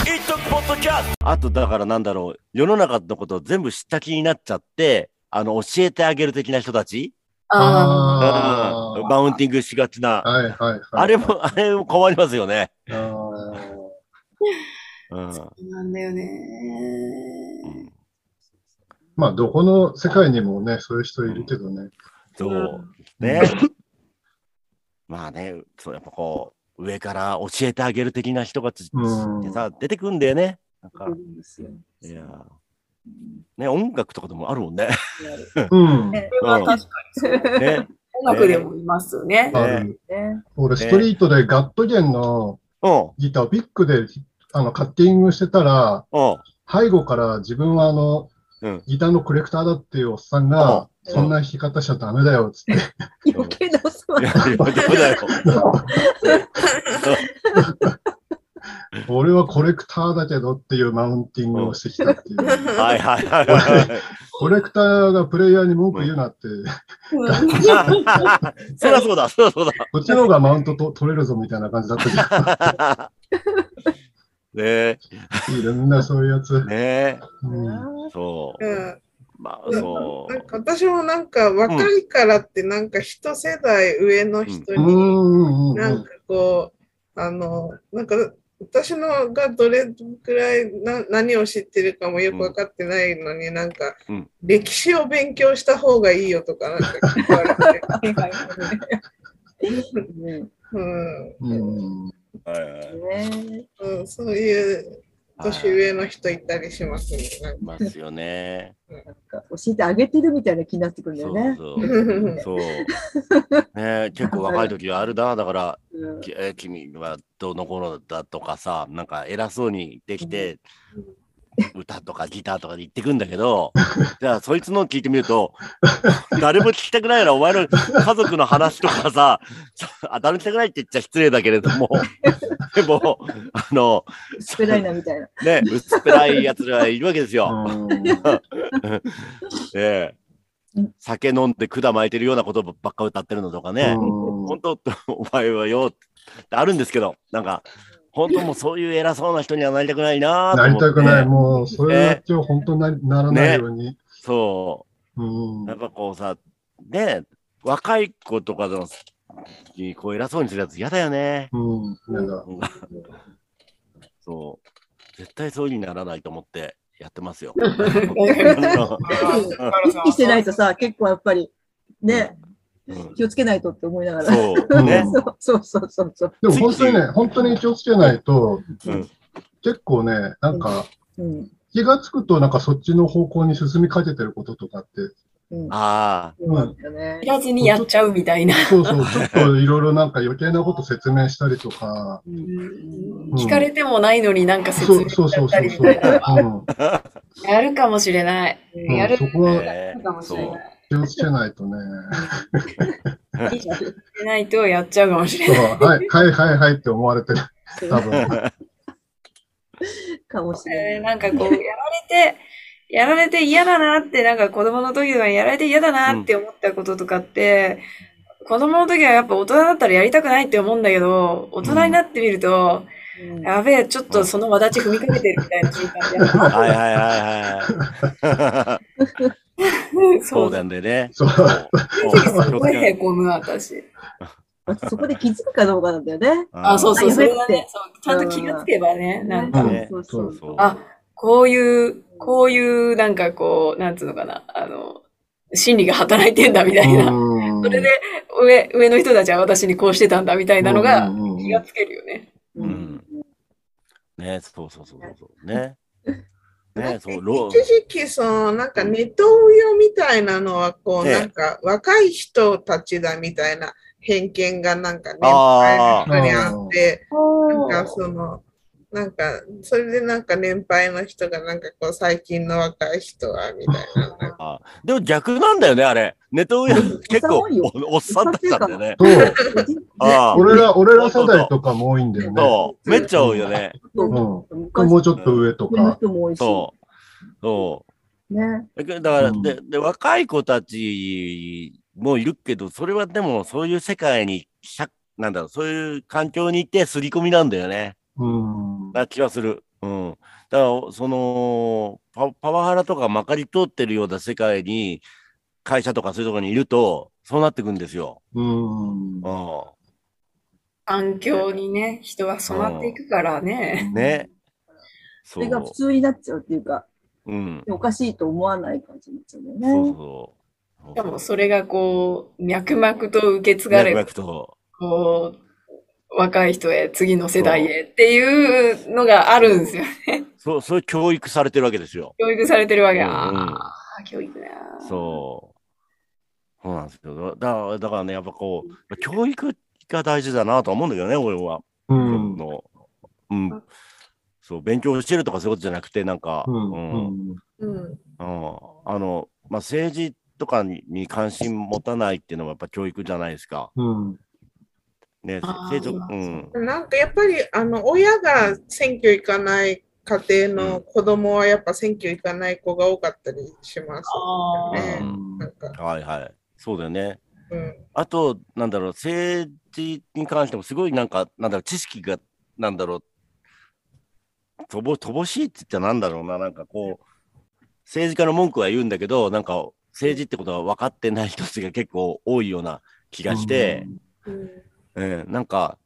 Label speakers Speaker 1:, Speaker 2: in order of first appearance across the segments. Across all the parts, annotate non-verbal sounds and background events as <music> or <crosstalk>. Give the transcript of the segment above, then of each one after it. Speaker 1: いいとこポッドキャスト
Speaker 2: あと、だからなんだろう、世の中のことを全部知った気になっちゃって、あの、教えてあげる的な人たち、うん、
Speaker 3: あ
Speaker 2: マウンティングしがちな
Speaker 3: あ。。はいはいはい。
Speaker 2: あれも、あれも困りますよね。
Speaker 3: あー。
Speaker 2: うん。
Speaker 4: なんだよね。
Speaker 3: まあ、どこの世界にもね、そういう人いるけどね。
Speaker 2: そう。ね。まあね、そう、やっぱこう、上から教えてあげる的な人がつ
Speaker 3: うん
Speaker 2: ってさ、出てくんだよね。なんか、
Speaker 4: うんですよ
Speaker 2: いやー。ね、音楽とかでもあるもんね。
Speaker 3: うん。
Speaker 5: ね
Speaker 4: それは確かにそう。
Speaker 2: ね。
Speaker 4: 音楽でもいますよね。
Speaker 3: ある
Speaker 5: ね
Speaker 3: 俺、ストリートでガットゲンの
Speaker 2: うん。
Speaker 3: ギターをビッグであのカッティングしてたら、
Speaker 2: うん。
Speaker 3: 背後から自分はあの、
Speaker 2: うん
Speaker 3: ギターのコレクターだっていうおっさんが、
Speaker 5: うん
Speaker 3: そんな弾き方しちゃダメだよっつって、
Speaker 5: 余計なお世
Speaker 2: い
Speaker 5: 話。
Speaker 2: や、いやそうだよ。
Speaker 3: <laughs> 俺はコレクターだけどっていうマウンティングをしてきたっていう。
Speaker 2: はいはいはいは
Speaker 3: コレクターがプレイヤーに文句 <laughs> 言うなって、
Speaker 4: うん
Speaker 2: い。 <laughs> そりゃそうだ、そりゃそう
Speaker 3: こっちの方がマウントと取れるぞみたいな感じだったけ
Speaker 2: だ。ねえ、 <laughs>
Speaker 3: ど、いいね、みんなそういうやつ。
Speaker 2: ねえ、
Speaker 3: うん、
Speaker 2: そう。
Speaker 6: <laughs> うん
Speaker 2: まあ、そ
Speaker 6: なん
Speaker 2: う。
Speaker 6: か私もなんか若いからってなんか一世代上の人
Speaker 3: うんう
Speaker 6: に
Speaker 3: んうんう
Speaker 6: なん
Speaker 3: ん
Speaker 6: かこうあのなんか私のがどれくらいな何を知ってるかもよく分かってないのになんか
Speaker 2: うん
Speaker 6: 歴史を勉強した方がいいよとかなんか聞かれ
Speaker 2: <laughs>
Speaker 6: て、うん
Speaker 3: うんうん。
Speaker 2: はいはい
Speaker 5: ね
Speaker 6: うん、そういう年上の人いたりしますね。なんか
Speaker 2: ますよね。
Speaker 5: なんか教えてあげてるみたいな気になってくるんだ
Speaker 2: そ
Speaker 5: よ
Speaker 2: う
Speaker 6: <laughs>
Speaker 5: ね。
Speaker 2: そう。そう。ねえ、結構若い時はあるな、だから、
Speaker 5: うん
Speaker 2: きえ君はどの頃だとかさ、なんか偉そうにできて、歌とかギターとかで言ってくんだけど、じゃあそいつの聞いてみると、誰も聞きたくないな、お前の家族の話とかさ、あ誰も聞きたくないって言っちゃ失礼だけれども、 <laughs> でも、あの、
Speaker 5: 薄っぺらいなみたいな。
Speaker 2: ね、薄っぺらいやつがいるわけですよ。ええ
Speaker 5: うん
Speaker 2: 酒飲んで管巻いてるようなことばっか歌ってるのとかね、
Speaker 3: うん
Speaker 2: 本当、お前はよってあるんですけど、なんか、本当もうそういう偉そうな人にはなりたくないなと
Speaker 3: な
Speaker 2: 思
Speaker 3: り
Speaker 2: って
Speaker 3: たくない、もう、それだけは本当になならないように。
Speaker 2: そうう、
Speaker 3: ん
Speaker 2: やっぱこうさ、ね、若い子とかのにこう偉そうにするやつ嫌だよね。
Speaker 3: うん、なんだ。
Speaker 2: そう。絶対そういう風にならないと思ってやってます
Speaker 3: <laughs>
Speaker 2: よ。
Speaker 5: 意識してないとさ、結構やっぱり、ね、
Speaker 2: うん
Speaker 5: 気をつけないとって思いながら。
Speaker 2: そう。ね。
Speaker 5: そうそうそうそう。
Speaker 3: でも本当にね、本当に気をつけないと、
Speaker 2: うん
Speaker 3: 結構ね、なんか、
Speaker 5: うん。
Speaker 3: 気がつくと、なんかそっちの方向に進みかけてることとかって、
Speaker 5: うん。
Speaker 2: あ
Speaker 5: そうなんだよね
Speaker 4: 知。らずにやっちゃうみたいな。
Speaker 3: そうそう、ちょっといろいろなんか余計なこと説明したりとか、ん
Speaker 4: 聞かれてもないのになんか説
Speaker 3: そ
Speaker 4: 明
Speaker 3: うそう
Speaker 4: しちゃ
Speaker 3: そ
Speaker 4: っ
Speaker 3: うそ
Speaker 4: た
Speaker 3: う
Speaker 4: りみ
Speaker 3: そう、
Speaker 4: たいな。
Speaker 3: うん
Speaker 4: やるかもしれない。
Speaker 3: うん
Speaker 4: やる
Speaker 3: そこ
Speaker 2: あ。
Speaker 3: は
Speaker 2: ね
Speaker 4: かもしれない。
Speaker 3: 気をつけないとね、
Speaker 4: 意識してないとやっちゃうかもしれ
Speaker 3: そう
Speaker 4: ない。
Speaker 3: はい、はいはいはいって思われてる、多分。
Speaker 5: かもしれない。
Speaker 4: えーなんかこう、やられて、やられて嫌だなって、なんか子供の時とかにやられて嫌だなって思ったこととかって、子供の時はやっぱ大人だったらやりたくないって思うんだけど、大人になってみると、
Speaker 5: うん
Speaker 4: やべえ、ちょっとそのわだち踏みかけてるみたいな瞬間
Speaker 2: はいはいはいはい。
Speaker 4: で
Speaker 2: そう
Speaker 4: だ。
Speaker 2: なんでね。
Speaker 3: そう
Speaker 4: すごい <laughs> へこむ、私。
Speaker 5: 私そこで気づくかどうかなんだよね。
Speaker 4: あ、そうそう、
Speaker 5: あ
Speaker 4: それはね
Speaker 5: やべって、
Speaker 4: そうちゃんと気がつけばね、なんか、
Speaker 3: ね
Speaker 5: そうそうそう。
Speaker 4: あ、こういう、こういう、なんかこう、なんつうのかな、あの、心理が働いてんだみたいな。
Speaker 3: うん
Speaker 4: それで上、上の人たちは私にこうしてたんだみたいなの
Speaker 3: う
Speaker 4: が
Speaker 3: んうんうん
Speaker 4: 気がつけるよね。
Speaker 2: う
Speaker 5: うんん。
Speaker 2: ね、そうそうそうそうそう。ね。ね、そう、ロ
Speaker 6: 一時期そのなんかネトウヨみたいなのはこう、
Speaker 2: ね
Speaker 6: なんか若い人たちだみたいな偏見がなんかね
Speaker 2: あー
Speaker 6: 年配の人にあってなんか
Speaker 2: ー。
Speaker 6: そのなんかそれでなんか年配の人がなんかこう最近の若い人はみたいななんか
Speaker 2: あ <laughs> でも逆なんだよね、あれ。ネトウヨ結構おおっ <laughs> さんだったんだよね。
Speaker 3: そう、
Speaker 2: ああ。
Speaker 3: 俺ら、俺ら世代とかも多いんだよね。
Speaker 2: そう。めっちゃ多いよね。
Speaker 3: うん
Speaker 5: 昔
Speaker 3: もうちょっと上と
Speaker 5: の
Speaker 3: か。
Speaker 5: 人も多いし。
Speaker 2: そう。そう。
Speaker 5: う。ね。
Speaker 2: だけどだから、
Speaker 3: うん
Speaker 2: でで若い子たちもいるけど、それはでもそういう世界にしゃ、なんだろう、そういう環境にいて刷り込みなんだよね。
Speaker 3: うん。
Speaker 2: な気はする。うん。うん。だから、そのパ、パワハラとかまかり通ってるような世界に、会社とかそういうところにいると、そうなってくんですよ。
Speaker 3: うん。
Speaker 2: う
Speaker 4: 環境にね、人は染まっていくからね。
Speaker 2: ん。ね。そ
Speaker 5: そうれ。が普通になっちゃうっていうか、
Speaker 2: うん。
Speaker 5: おかしいと思わない感じになっちゃうんだよ
Speaker 2: そ
Speaker 5: ね。
Speaker 2: うそう。
Speaker 4: しかもそれがこう、脈々と受け継が
Speaker 2: 脈
Speaker 4: れ
Speaker 2: 々
Speaker 4: て、
Speaker 2: と。
Speaker 4: こう、若い人へ、次の世代へっていうのがあるんですよ。
Speaker 2: そう、そういう教育されてるわけですよ。
Speaker 4: 教育されてるわけ。
Speaker 2: うんうん
Speaker 4: ああ、教育だな。
Speaker 2: そう。そうなんですよ。だだからね、やっぱこう、教育が大事だなとは思うんだけどね、俺は。
Speaker 3: う
Speaker 2: そ
Speaker 3: ん。
Speaker 2: のうん。そう、勉強してるとかそういうことじゃなくて、なんか、
Speaker 3: うん
Speaker 2: う
Speaker 3: うんん。
Speaker 6: うん。
Speaker 2: うんあの、まあ、政治とかにに関心持たないっていうのはやっぱ教育じゃないですか。
Speaker 3: うん。
Speaker 2: ね、
Speaker 4: あー
Speaker 2: 政治、うん。
Speaker 6: なんかやっぱりあの親が選挙行かない家庭の子供はやっぱ選挙行かない子が多かったりしますよね。
Speaker 3: うん
Speaker 6: なんか、
Speaker 2: はいはい。そうだよね。
Speaker 6: うん、
Speaker 2: あと、なんだろう、政治に関してもすごいなんか、なんだろう、知識が、なんだろう、とぼ、乏しいって言ったらなんだろうな、なんかこう、政治家の文句は言うんだけど、なんか政治ってことは分かってない人たちが結構多いような気がして、ええなんか、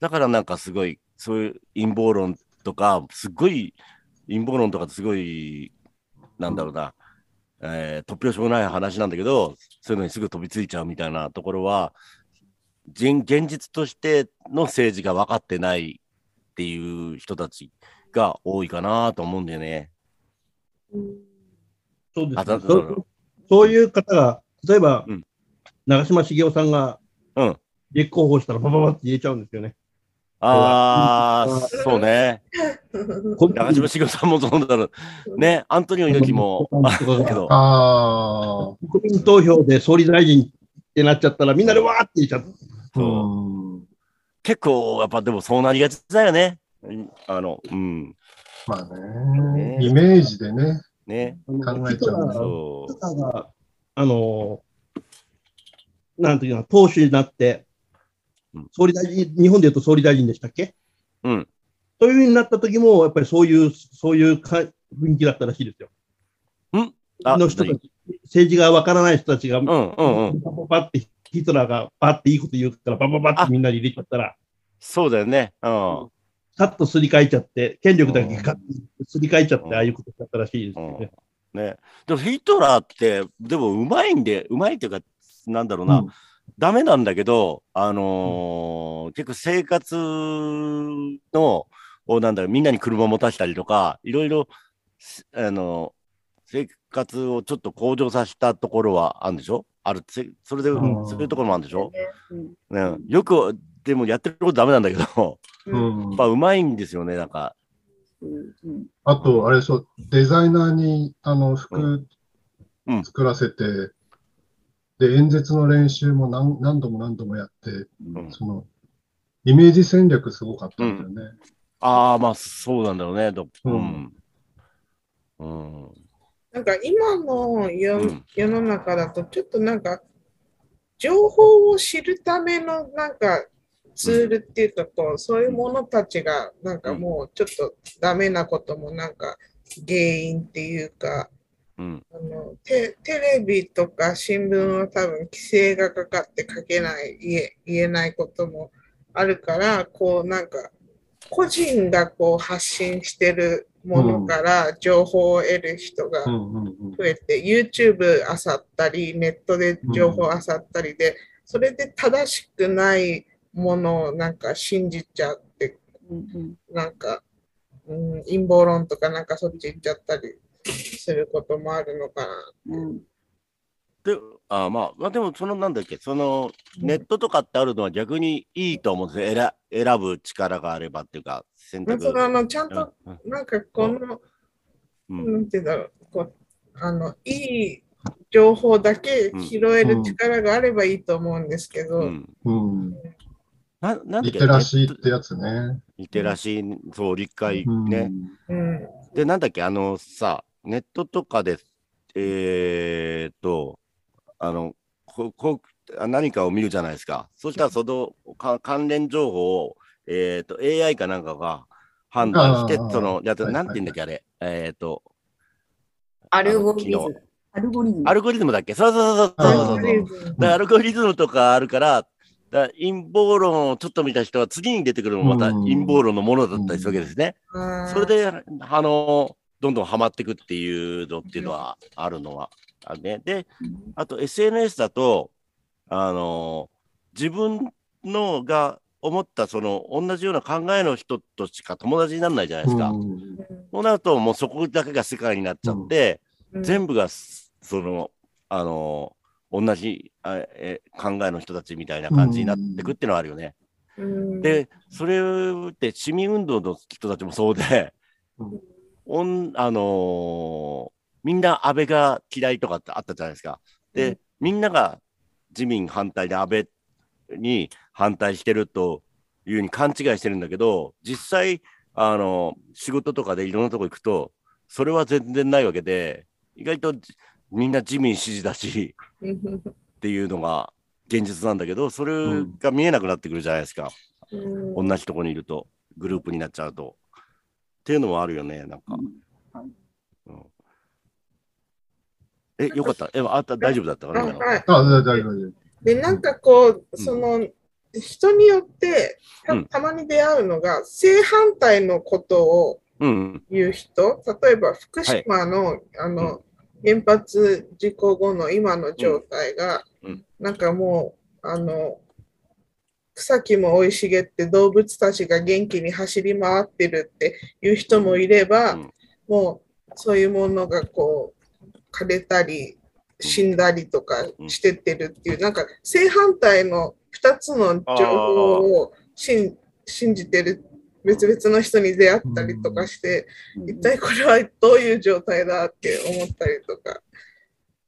Speaker 2: だからなんかすごい、そういう陰謀論とか、すごい、陰謀論とかってすごい、なんだろうな、えー突拍子もない話なんだけど、そういうのにすぐ飛びついちゃうみたいなところは、現現実としての政治が分かってないっていう人たちが多いかなと思うんだよね。
Speaker 1: そうです
Speaker 2: あだだから
Speaker 1: ね。そうそういう方が、例えば、
Speaker 2: うん
Speaker 1: 長嶋茂雄さんが
Speaker 2: うん
Speaker 1: 立候補したら、パパパって言えちゃうんですよね。
Speaker 2: ああ、そうね。長嶋茂雄さんもそうだろう。ね、アントニオ猪木も、 <laughs> あるけど。
Speaker 3: あ
Speaker 1: 国民投票で総理大臣ってなっちゃったら、みんなでわーって言っちゃう。
Speaker 3: あ。う。
Speaker 2: そうん結構、やっぱでもそうなりがちだよね。うんあの、うん。
Speaker 3: まあ
Speaker 2: ね
Speaker 3: ね。イメージでね。
Speaker 2: ね。
Speaker 3: 考えちゃうね
Speaker 2: そ
Speaker 1: 方が、あの、なんていうの、党首になって
Speaker 2: うん、
Speaker 1: 総理大臣、日本でいうと総理大臣でしたっけ
Speaker 2: う。うん。
Speaker 1: そういうふうになった時も、やっぱりそういう、そういうか雰囲気だったらしいですよ。
Speaker 2: あ、
Speaker 1: の人たち、政治がわからない人たちが、
Speaker 2: うんうんうん。
Speaker 1: パパパってヒトラーがパっていいこと言うから、パパパってみんなに入れちゃったら、
Speaker 2: そうだよね。うん。
Speaker 1: さっとすり替えちゃって、権力だけガッとすり替えちゃっ
Speaker 2: うん
Speaker 1: て、ああいうことだったらしいですよね。
Speaker 2: ね。でもヒトラーって、でもうまいんで、うまいっていうか、なんだろうな、
Speaker 1: うん
Speaker 2: ダメなんだけど、あのー結構生活の、をなんだろう、みんなに車持たせたりとか、いろいろ、すあの生活をちょっと向上させたところはあるんでしょある、せそれで、
Speaker 3: うん
Speaker 2: そういうところもあるんでしょ、
Speaker 5: うん
Speaker 2: ね、よく、でもやってることダメなんだけど、
Speaker 3: うん
Speaker 2: やっ。ぱうまいんですよね、なんか。
Speaker 5: うんうん
Speaker 3: あと、あれでしょ、デザイナーにあの服
Speaker 2: うん
Speaker 3: 作らせて、で、演説の練習も何何度も何度もやって、
Speaker 2: うん
Speaker 3: その、イメージ戦略すごかったんだよね。
Speaker 2: ああ、まあ、そうなんだろうね。どう。
Speaker 3: うん
Speaker 2: うん。
Speaker 6: なんか今の世,、
Speaker 2: うん
Speaker 6: 世の中だとちょっとなんか情報を知るためのなんかツールっていうかこうそういうものたちがなんかもうちょっとダメなこともなんか原因っていうか
Speaker 2: うん。
Speaker 6: あのテテレビとか新聞は多分規制がかかって書けない言え言えないこともあるからこうなんか個人がこう発信してるものから情報を得る人が、
Speaker 3: うんうんうん。
Speaker 6: 増えて YouTube あさったりネットで情報あさったりで、それで正しくないものをなんか信じちゃって
Speaker 5: うん
Speaker 6: なんか、うん、陰謀論とかなんかそっち行っちゃったりすることもあるのかな。
Speaker 5: うん
Speaker 2: で、あーまあ、まあでも、その、なんだっけ、その、ネットとかってあるのは逆にいいと思うんですよ。選選ぶ力があればっていうか、選
Speaker 6: まあ
Speaker 2: 択。
Speaker 6: そのあのちゃん
Speaker 2: う
Speaker 6: と
Speaker 2: ん
Speaker 6: なんかこの、
Speaker 2: うん
Speaker 6: なんて言うんだろうこうあのいい情報だけ拾える力があればいいと思うんですけど、
Speaker 2: うん。
Speaker 3: うん、
Speaker 2: ななんだっ
Speaker 3: リ
Speaker 2: け
Speaker 3: テラシーっ
Speaker 2: ネッ
Speaker 3: て
Speaker 2: ト
Speaker 3: やつね。
Speaker 2: リテラシー、そう、理解
Speaker 3: うん
Speaker 2: ね。
Speaker 6: うん
Speaker 2: で、なんだっけ、あのさ、ネットとかで、えーっと、あの、ここあ何かを見るじゃないですか。そしたら、そのか関連情報を、えーっと、AI かなんかが、判断して
Speaker 3: あ、ー
Speaker 2: その、やつ
Speaker 3: はい
Speaker 2: なんて言うんだっけ、あれ。えっと、
Speaker 4: アルゴリズム。
Speaker 5: アルゴリズム。
Speaker 2: アルゴリズムだっけそうそうそうそうそうそう。
Speaker 3: はい
Speaker 2: だからアルゴリズムとかあるから、だから陰謀論をちょっと見た人は次に出てくるのもまた
Speaker 3: うん
Speaker 2: 陰謀論のものだったりするわけですね。それで、あの、どんどんハマっていくっていうのっていうのはあるのはあるね。で、あと SNS だと、あの、自分のが思ったその同じような考えの人としか友達にならないじゃないですか。
Speaker 3: うん
Speaker 2: そうなるともうそこだけが世界になっちゃって、全部がすそのあの同じあえ考えの人たちみたいな感じになってくっていうのはあるよね。
Speaker 6: 部
Speaker 2: でそれって市民運動の人たちもそうで、
Speaker 3: うん
Speaker 2: おんあのーみんな安倍が嫌いとかってあったじゃないですか。で、
Speaker 6: うん
Speaker 2: みんなが自民反対で安倍に反対してるというふうに勘違いしてるんだけど実際あの仕事とかでいろんなとこ行くとそれは全然ないわけで意外とじみんな自民支持だしっていうのが現実なんだけどそれが見えなくなってくるじゃないですか、同じとこにいるとグループになっちゃうと。っていうのもあるよねなんか。
Speaker 5: うん
Speaker 2: うんえよかったえあった大丈夫だったかな今の
Speaker 6: はい。
Speaker 3: あ、大丈夫、大丈
Speaker 6: で、なんかこう、その、人によってた、たまに出会うのが、正反対のことを
Speaker 2: うん
Speaker 6: 言う人、例えば福島の、あの、原発事故後の今の状態が、
Speaker 2: うんうん
Speaker 6: なんかもう、あの、草木も生い茂って動物たちが元気に走り回ってるっていう人もいれば、
Speaker 2: うん
Speaker 6: もうそういうものがこう枯れたり死んだりとかしてってるっていう、なんか正反対の2つの情報を信信じてる別々の人に出会ったりとかして、一体これはどういう状態だって思ったりとか、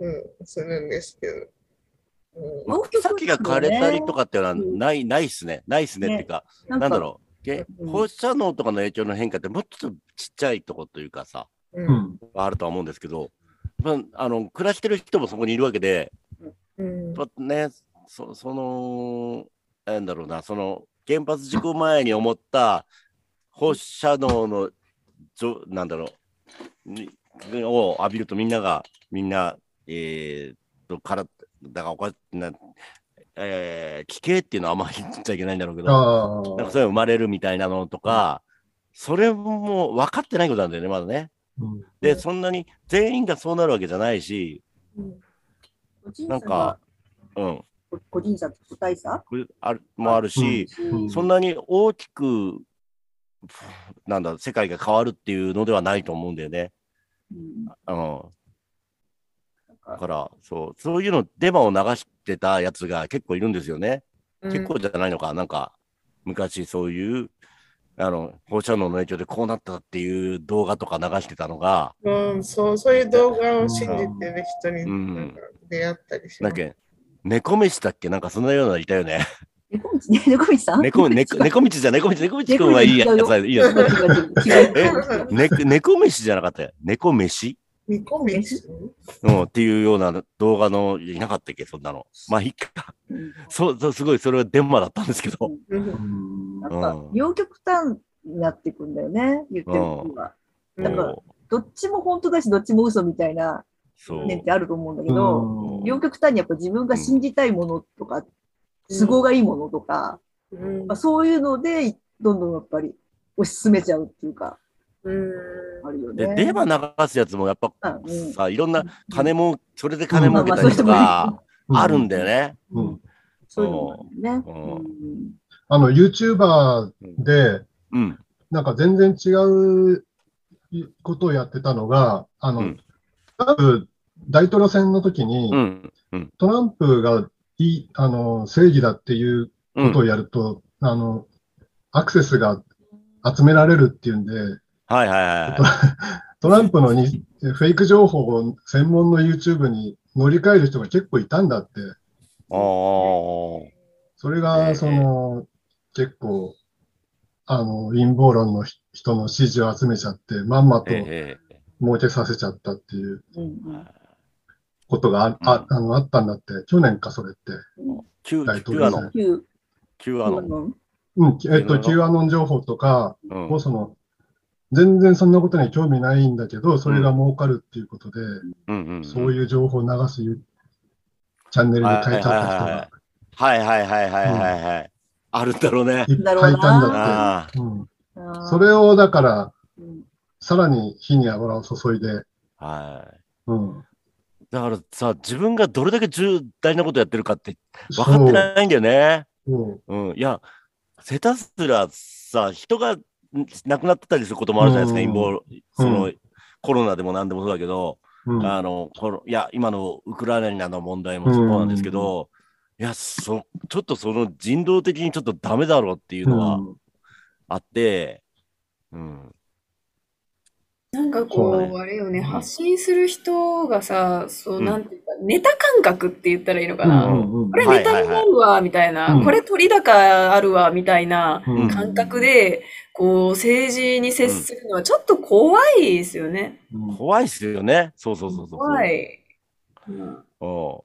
Speaker 6: うん、するんですけど。うん
Speaker 2: まあ草木が枯れたりとかっていうのは
Speaker 5: うん
Speaker 2: ない、ないっすね。ないっすねっていうか、
Speaker 5: なん
Speaker 2: なんだ
Speaker 5: か
Speaker 2: ろう。げ
Speaker 5: うん
Speaker 2: 放射能とかの影響の変化ってもうちょっとちっちゃいとこというかさ、
Speaker 3: 夫。うん。
Speaker 2: あるとは思うんですけど、まあ、あの、暮らしてる人もそこにいるわけで、
Speaker 6: うん
Speaker 2: まあね、そその、なんだろうな、その、原発事故前に思った放射能の、じょなんだろう、にを浴びるとみんなが、みんな、えーっと、から、だからおかな、えー、奇形っていうのはあんまり言っちゃいけないんだろうけど、
Speaker 3: あ
Speaker 2: なんか
Speaker 3: あ。
Speaker 2: それ生まれるみたいなのとか、それも分かってないことなんだよね、まだね。
Speaker 3: うん
Speaker 2: で、そんなに全員がそうなるわけじゃないし、
Speaker 5: 個人
Speaker 2: なん
Speaker 5: 差が
Speaker 2: か、うん、
Speaker 5: 個人差と個体差
Speaker 2: これあるもあるし、
Speaker 3: うん
Speaker 2: そんなに大きく、なんだ、世界が変わるっていうのではないと思うんだよね。
Speaker 5: うんなん
Speaker 2: うん、だ
Speaker 5: か
Speaker 2: から、そう、そういうの、デマを流してたやつが結構いるんですよね。結構じゃないのか、なんか、昔そういう、あの、放射能の影響でこうなったっていう動画とか流してたのが、
Speaker 6: うん、そう、そういう動画を信じてる人に
Speaker 2: うん
Speaker 6: なんか出会ったりし
Speaker 2: な
Speaker 6: ま
Speaker 2: ん
Speaker 6: す
Speaker 2: か、
Speaker 6: <laughs>
Speaker 2: 猫飯だっけなんかそんなようなのいたよね。
Speaker 5: 猫道ね、 <laughs> 猫道さ
Speaker 2: <laughs>
Speaker 5: ん
Speaker 2: 猫、猫、猫道じゃ、猫道、猫道くんはいいやつだ、いいやつだ。
Speaker 5: 違
Speaker 6: <laughs>
Speaker 5: う。
Speaker 2: えね、猫飯じゃなかったよ。猫飯
Speaker 6: 煮込みです
Speaker 2: うん、っていうような動画の、いなかったっけそんなの。まあ、いっか。
Speaker 5: うん
Speaker 2: そう、そう、すごい、それはデンマだったんですけど。
Speaker 6: うん
Speaker 5: なんか、両極端になってくんだよね、言ってることが。だから
Speaker 2: もう
Speaker 5: どっちも本当だし、どっちも嘘みたいな
Speaker 2: そう。
Speaker 5: 面ってあると思うんだけ
Speaker 3: う
Speaker 5: ど、
Speaker 3: ん
Speaker 5: 両極端にやっぱ自分が信じたいものとか、都合がいいものとか、
Speaker 6: うん
Speaker 5: まあ、そういうので、どんどんやっぱり推し進めちゃうっていうか、
Speaker 6: うん
Speaker 5: あるよ
Speaker 2: で
Speaker 5: ね。、
Speaker 2: デマ流すやつもやっぱ
Speaker 5: うん
Speaker 2: さ、いろんな金も、それで金儲けた
Speaker 5: まあまあそ
Speaker 2: り
Speaker 5: ういう人
Speaker 2: と
Speaker 5: もいる
Speaker 2: か、あるんだよね。
Speaker 3: うん
Speaker 5: そういうのもあるね。
Speaker 2: う
Speaker 5: うん
Speaker 3: あの、YouTuber で、
Speaker 2: うん。
Speaker 3: なんか全然違うことをやってたのが、あの、
Speaker 2: うん
Speaker 3: トランプ大統領選の時に、
Speaker 2: うん。
Speaker 3: トランプがいいあの正義だっていう
Speaker 2: う
Speaker 3: ことを
Speaker 2: ん。
Speaker 3: やると、あの、アクセスが集められるっていうんで、
Speaker 2: はいはいは
Speaker 3: トランプのにフェイク情報を専門の YouTube に乗り換える人が結構いたんだって、
Speaker 2: い。おー。
Speaker 3: それ
Speaker 2: え
Speaker 3: が、
Speaker 2: え
Speaker 3: その、結構、あの、陰謀論のひ人の支持を集めちゃって、まんまと
Speaker 2: えええ
Speaker 3: 儲けさせちゃったっていう
Speaker 5: うんうん
Speaker 2: え。
Speaker 3: ことがあ,、ああのあったんだって、去年か、それって。
Speaker 2: 旧、
Speaker 3: 大統
Speaker 2: 旧ア
Speaker 3: 領
Speaker 2: ノ
Speaker 3: 選
Speaker 2: ン。
Speaker 5: 旧
Speaker 2: 旧ア
Speaker 5: ア
Speaker 2: ノ
Speaker 5: ノ
Speaker 2: ン。
Speaker 5: ン
Speaker 3: うん、
Speaker 2: い
Speaker 3: えっ
Speaker 2: ろい
Speaker 3: と、
Speaker 2: ろ
Speaker 3: Q アノン情報とか
Speaker 2: うん
Speaker 3: を、その、全然そんなことに興味ないんだけど、それが儲かるっていうことで、
Speaker 2: うんうんうん。
Speaker 3: そういう情報を流すユチャンネルに変えちゃった人が
Speaker 2: はいはいはいはいはいはい。あるんだろうね。
Speaker 3: いっぱいいたんだっ
Speaker 2: ああ。
Speaker 3: て。うん、
Speaker 5: あー
Speaker 3: それをだから、
Speaker 5: うん
Speaker 3: さらに火に油を注いで、
Speaker 2: は
Speaker 3: うん、
Speaker 2: い。だからさ、自分がどれだけ重大なことやってるかって分かっ
Speaker 3: そ
Speaker 2: て
Speaker 3: う
Speaker 2: ないんだよね。
Speaker 3: そう
Speaker 2: うん。いや、下手すらさ、人がん亡くなってたりすることもあるじゃないですか、
Speaker 3: うん
Speaker 2: 陰謀、その、コロナでも何でもそうだけど、
Speaker 3: うん
Speaker 2: あの、この、いや、今のウクライナの問題もそうなんですけど、いや、そ、ちょっとその人道的にちょっとダメだろうっていうのは
Speaker 3: うん
Speaker 2: あって、うん。
Speaker 4: なんか
Speaker 3: そう
Speaker 4: こ
Speaker 2: ね
Speaker 4: う、あれよね、
Speaker 2: ん
Speaker 4: 発信する人がさ、そう、
Speaker 2: うん
Speaker 4: なんていうか、ネタ感覚って言ったらいいのか
Speaker 3: う
Speaker 4: な。
Speaker 3: んうんうん
Speaker 4: これネタになるわ、みたい
Speaker 3: うん
Speaker 4: な。これ取り高あるわ、みたいな
Speaker 3: うん
Speaker 4: 感覚で、こう、政治に接するのはちょっと怖いですよね。
Speaker 3: うん
Speaker 2: 怖いっすよね。そうそうそうそう。
Speaker 4: 怖い。うん
Speaker 2: うん。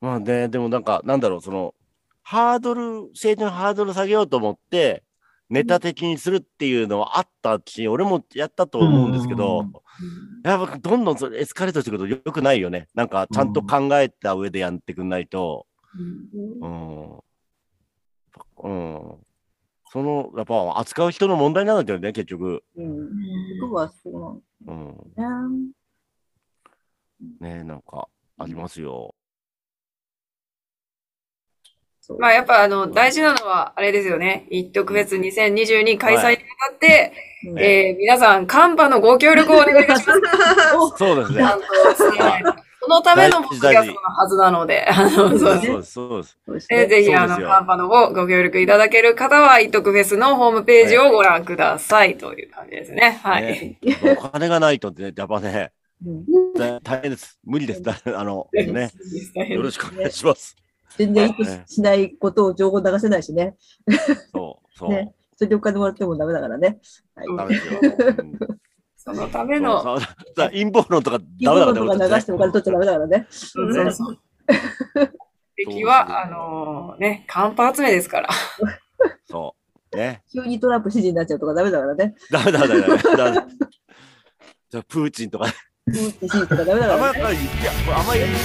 Speaker 2: まあね、でもなんか、なんだろう、その、ハードル、政治のハードル下げようと思って、ネタ的にするっていうのはあったし、俺もやったと思うんですけど、
Speaker 3: うん
Speaker 2: やっぱどんどんそれエスカレートしていくとよくないよね。なんか、ちゃんと考えた上でやってくんないと、うん。うん。その、やっぱ扱う人の問題なんだよね、結局。
Speaker 5: うん。
Speaker 4: うん
Speaker 5: 僕はそうなん
Speaker 2: うん。
Speaker 5: だね。
Speaker 2: ねなんか、ありますよ。
Speaker 5: そう
Speaker 4: まあやっぱあの、大事なのは、あれですよね。一特別2022開催にあたって、
Speaker 5: うん
Speaker 4: えー皆さん、カンパのご協力をお願いします。
Speaker 2: そうです
Speaker 4: ちゃ
Speaker 2: ね。
Speaker 4: んと伝えないとそのためのポッドキャストのはずなので、あの、そう
Speaker 2: そう
Speaker 4: そう
Speaker 2: です、そうですそうです。
Speaker 5: そうです
Speaker 4: えー
Speaker 5: ね
Speaker 4: ぜひ、
Speaker 2: そうですよ
Speaker 4: あの、カンパの方ご協力いただける方は、一徳フェスのホームページをご覧くださいという感じですね。はい。 <laughs>
Speaker 2: ねお金がないとね、やっぱね、 <laughs>
Speaker 5: うん
Speaker 2: 大大変です。無理です。だ <laughs> あの、
Speaker 4: 大変
Speaker 2: ね、
Speaker 4: 大変
Speaker 2: よろしくお願いします。
Speaker 5: 全然意図ししないことを情報流せないしね。
Speaker 2: そう、そう。
Speaker 5: ねそれでお金もらってもダメだからね。
Speaker 2: ダメですよ。うん
Speaker 4: そのための、
Speaker 2: そうささ陰謀論とか
Speaker 5: 聞
Speaker 2: ダメだ
Speaker 5: く
Speaker 2: か
Speaker 5: こ
Speaker 2: らね
Speaker 5: とが
Speaker 2: 俺たちね
Speaker 5: 流してお金取っちゃダメだからね。
Speaker 4: そう
Speaker 5: そ
Speaker 4: そうう
Speaker 5: そ
Speaker 4: そう。敵は、あのね、カンパ集めですから。
Speaker 2: そう。ね。
Speaker 5: 急にトランプ支持になっちゃうとかダメだからね。
Speaker 2: ダメだ、ダメだ、ダメだ。じゃあプーチンとか、
Speaker 5: プーチン支持とかダメだ
Speaker 2: あ
Speaker 5: か
Speaker 2: んま
Speaker 5: ら
Speaker 2: やっ
Speaker 5: ね。
Speaker 2: ぱり、いや、これあんまり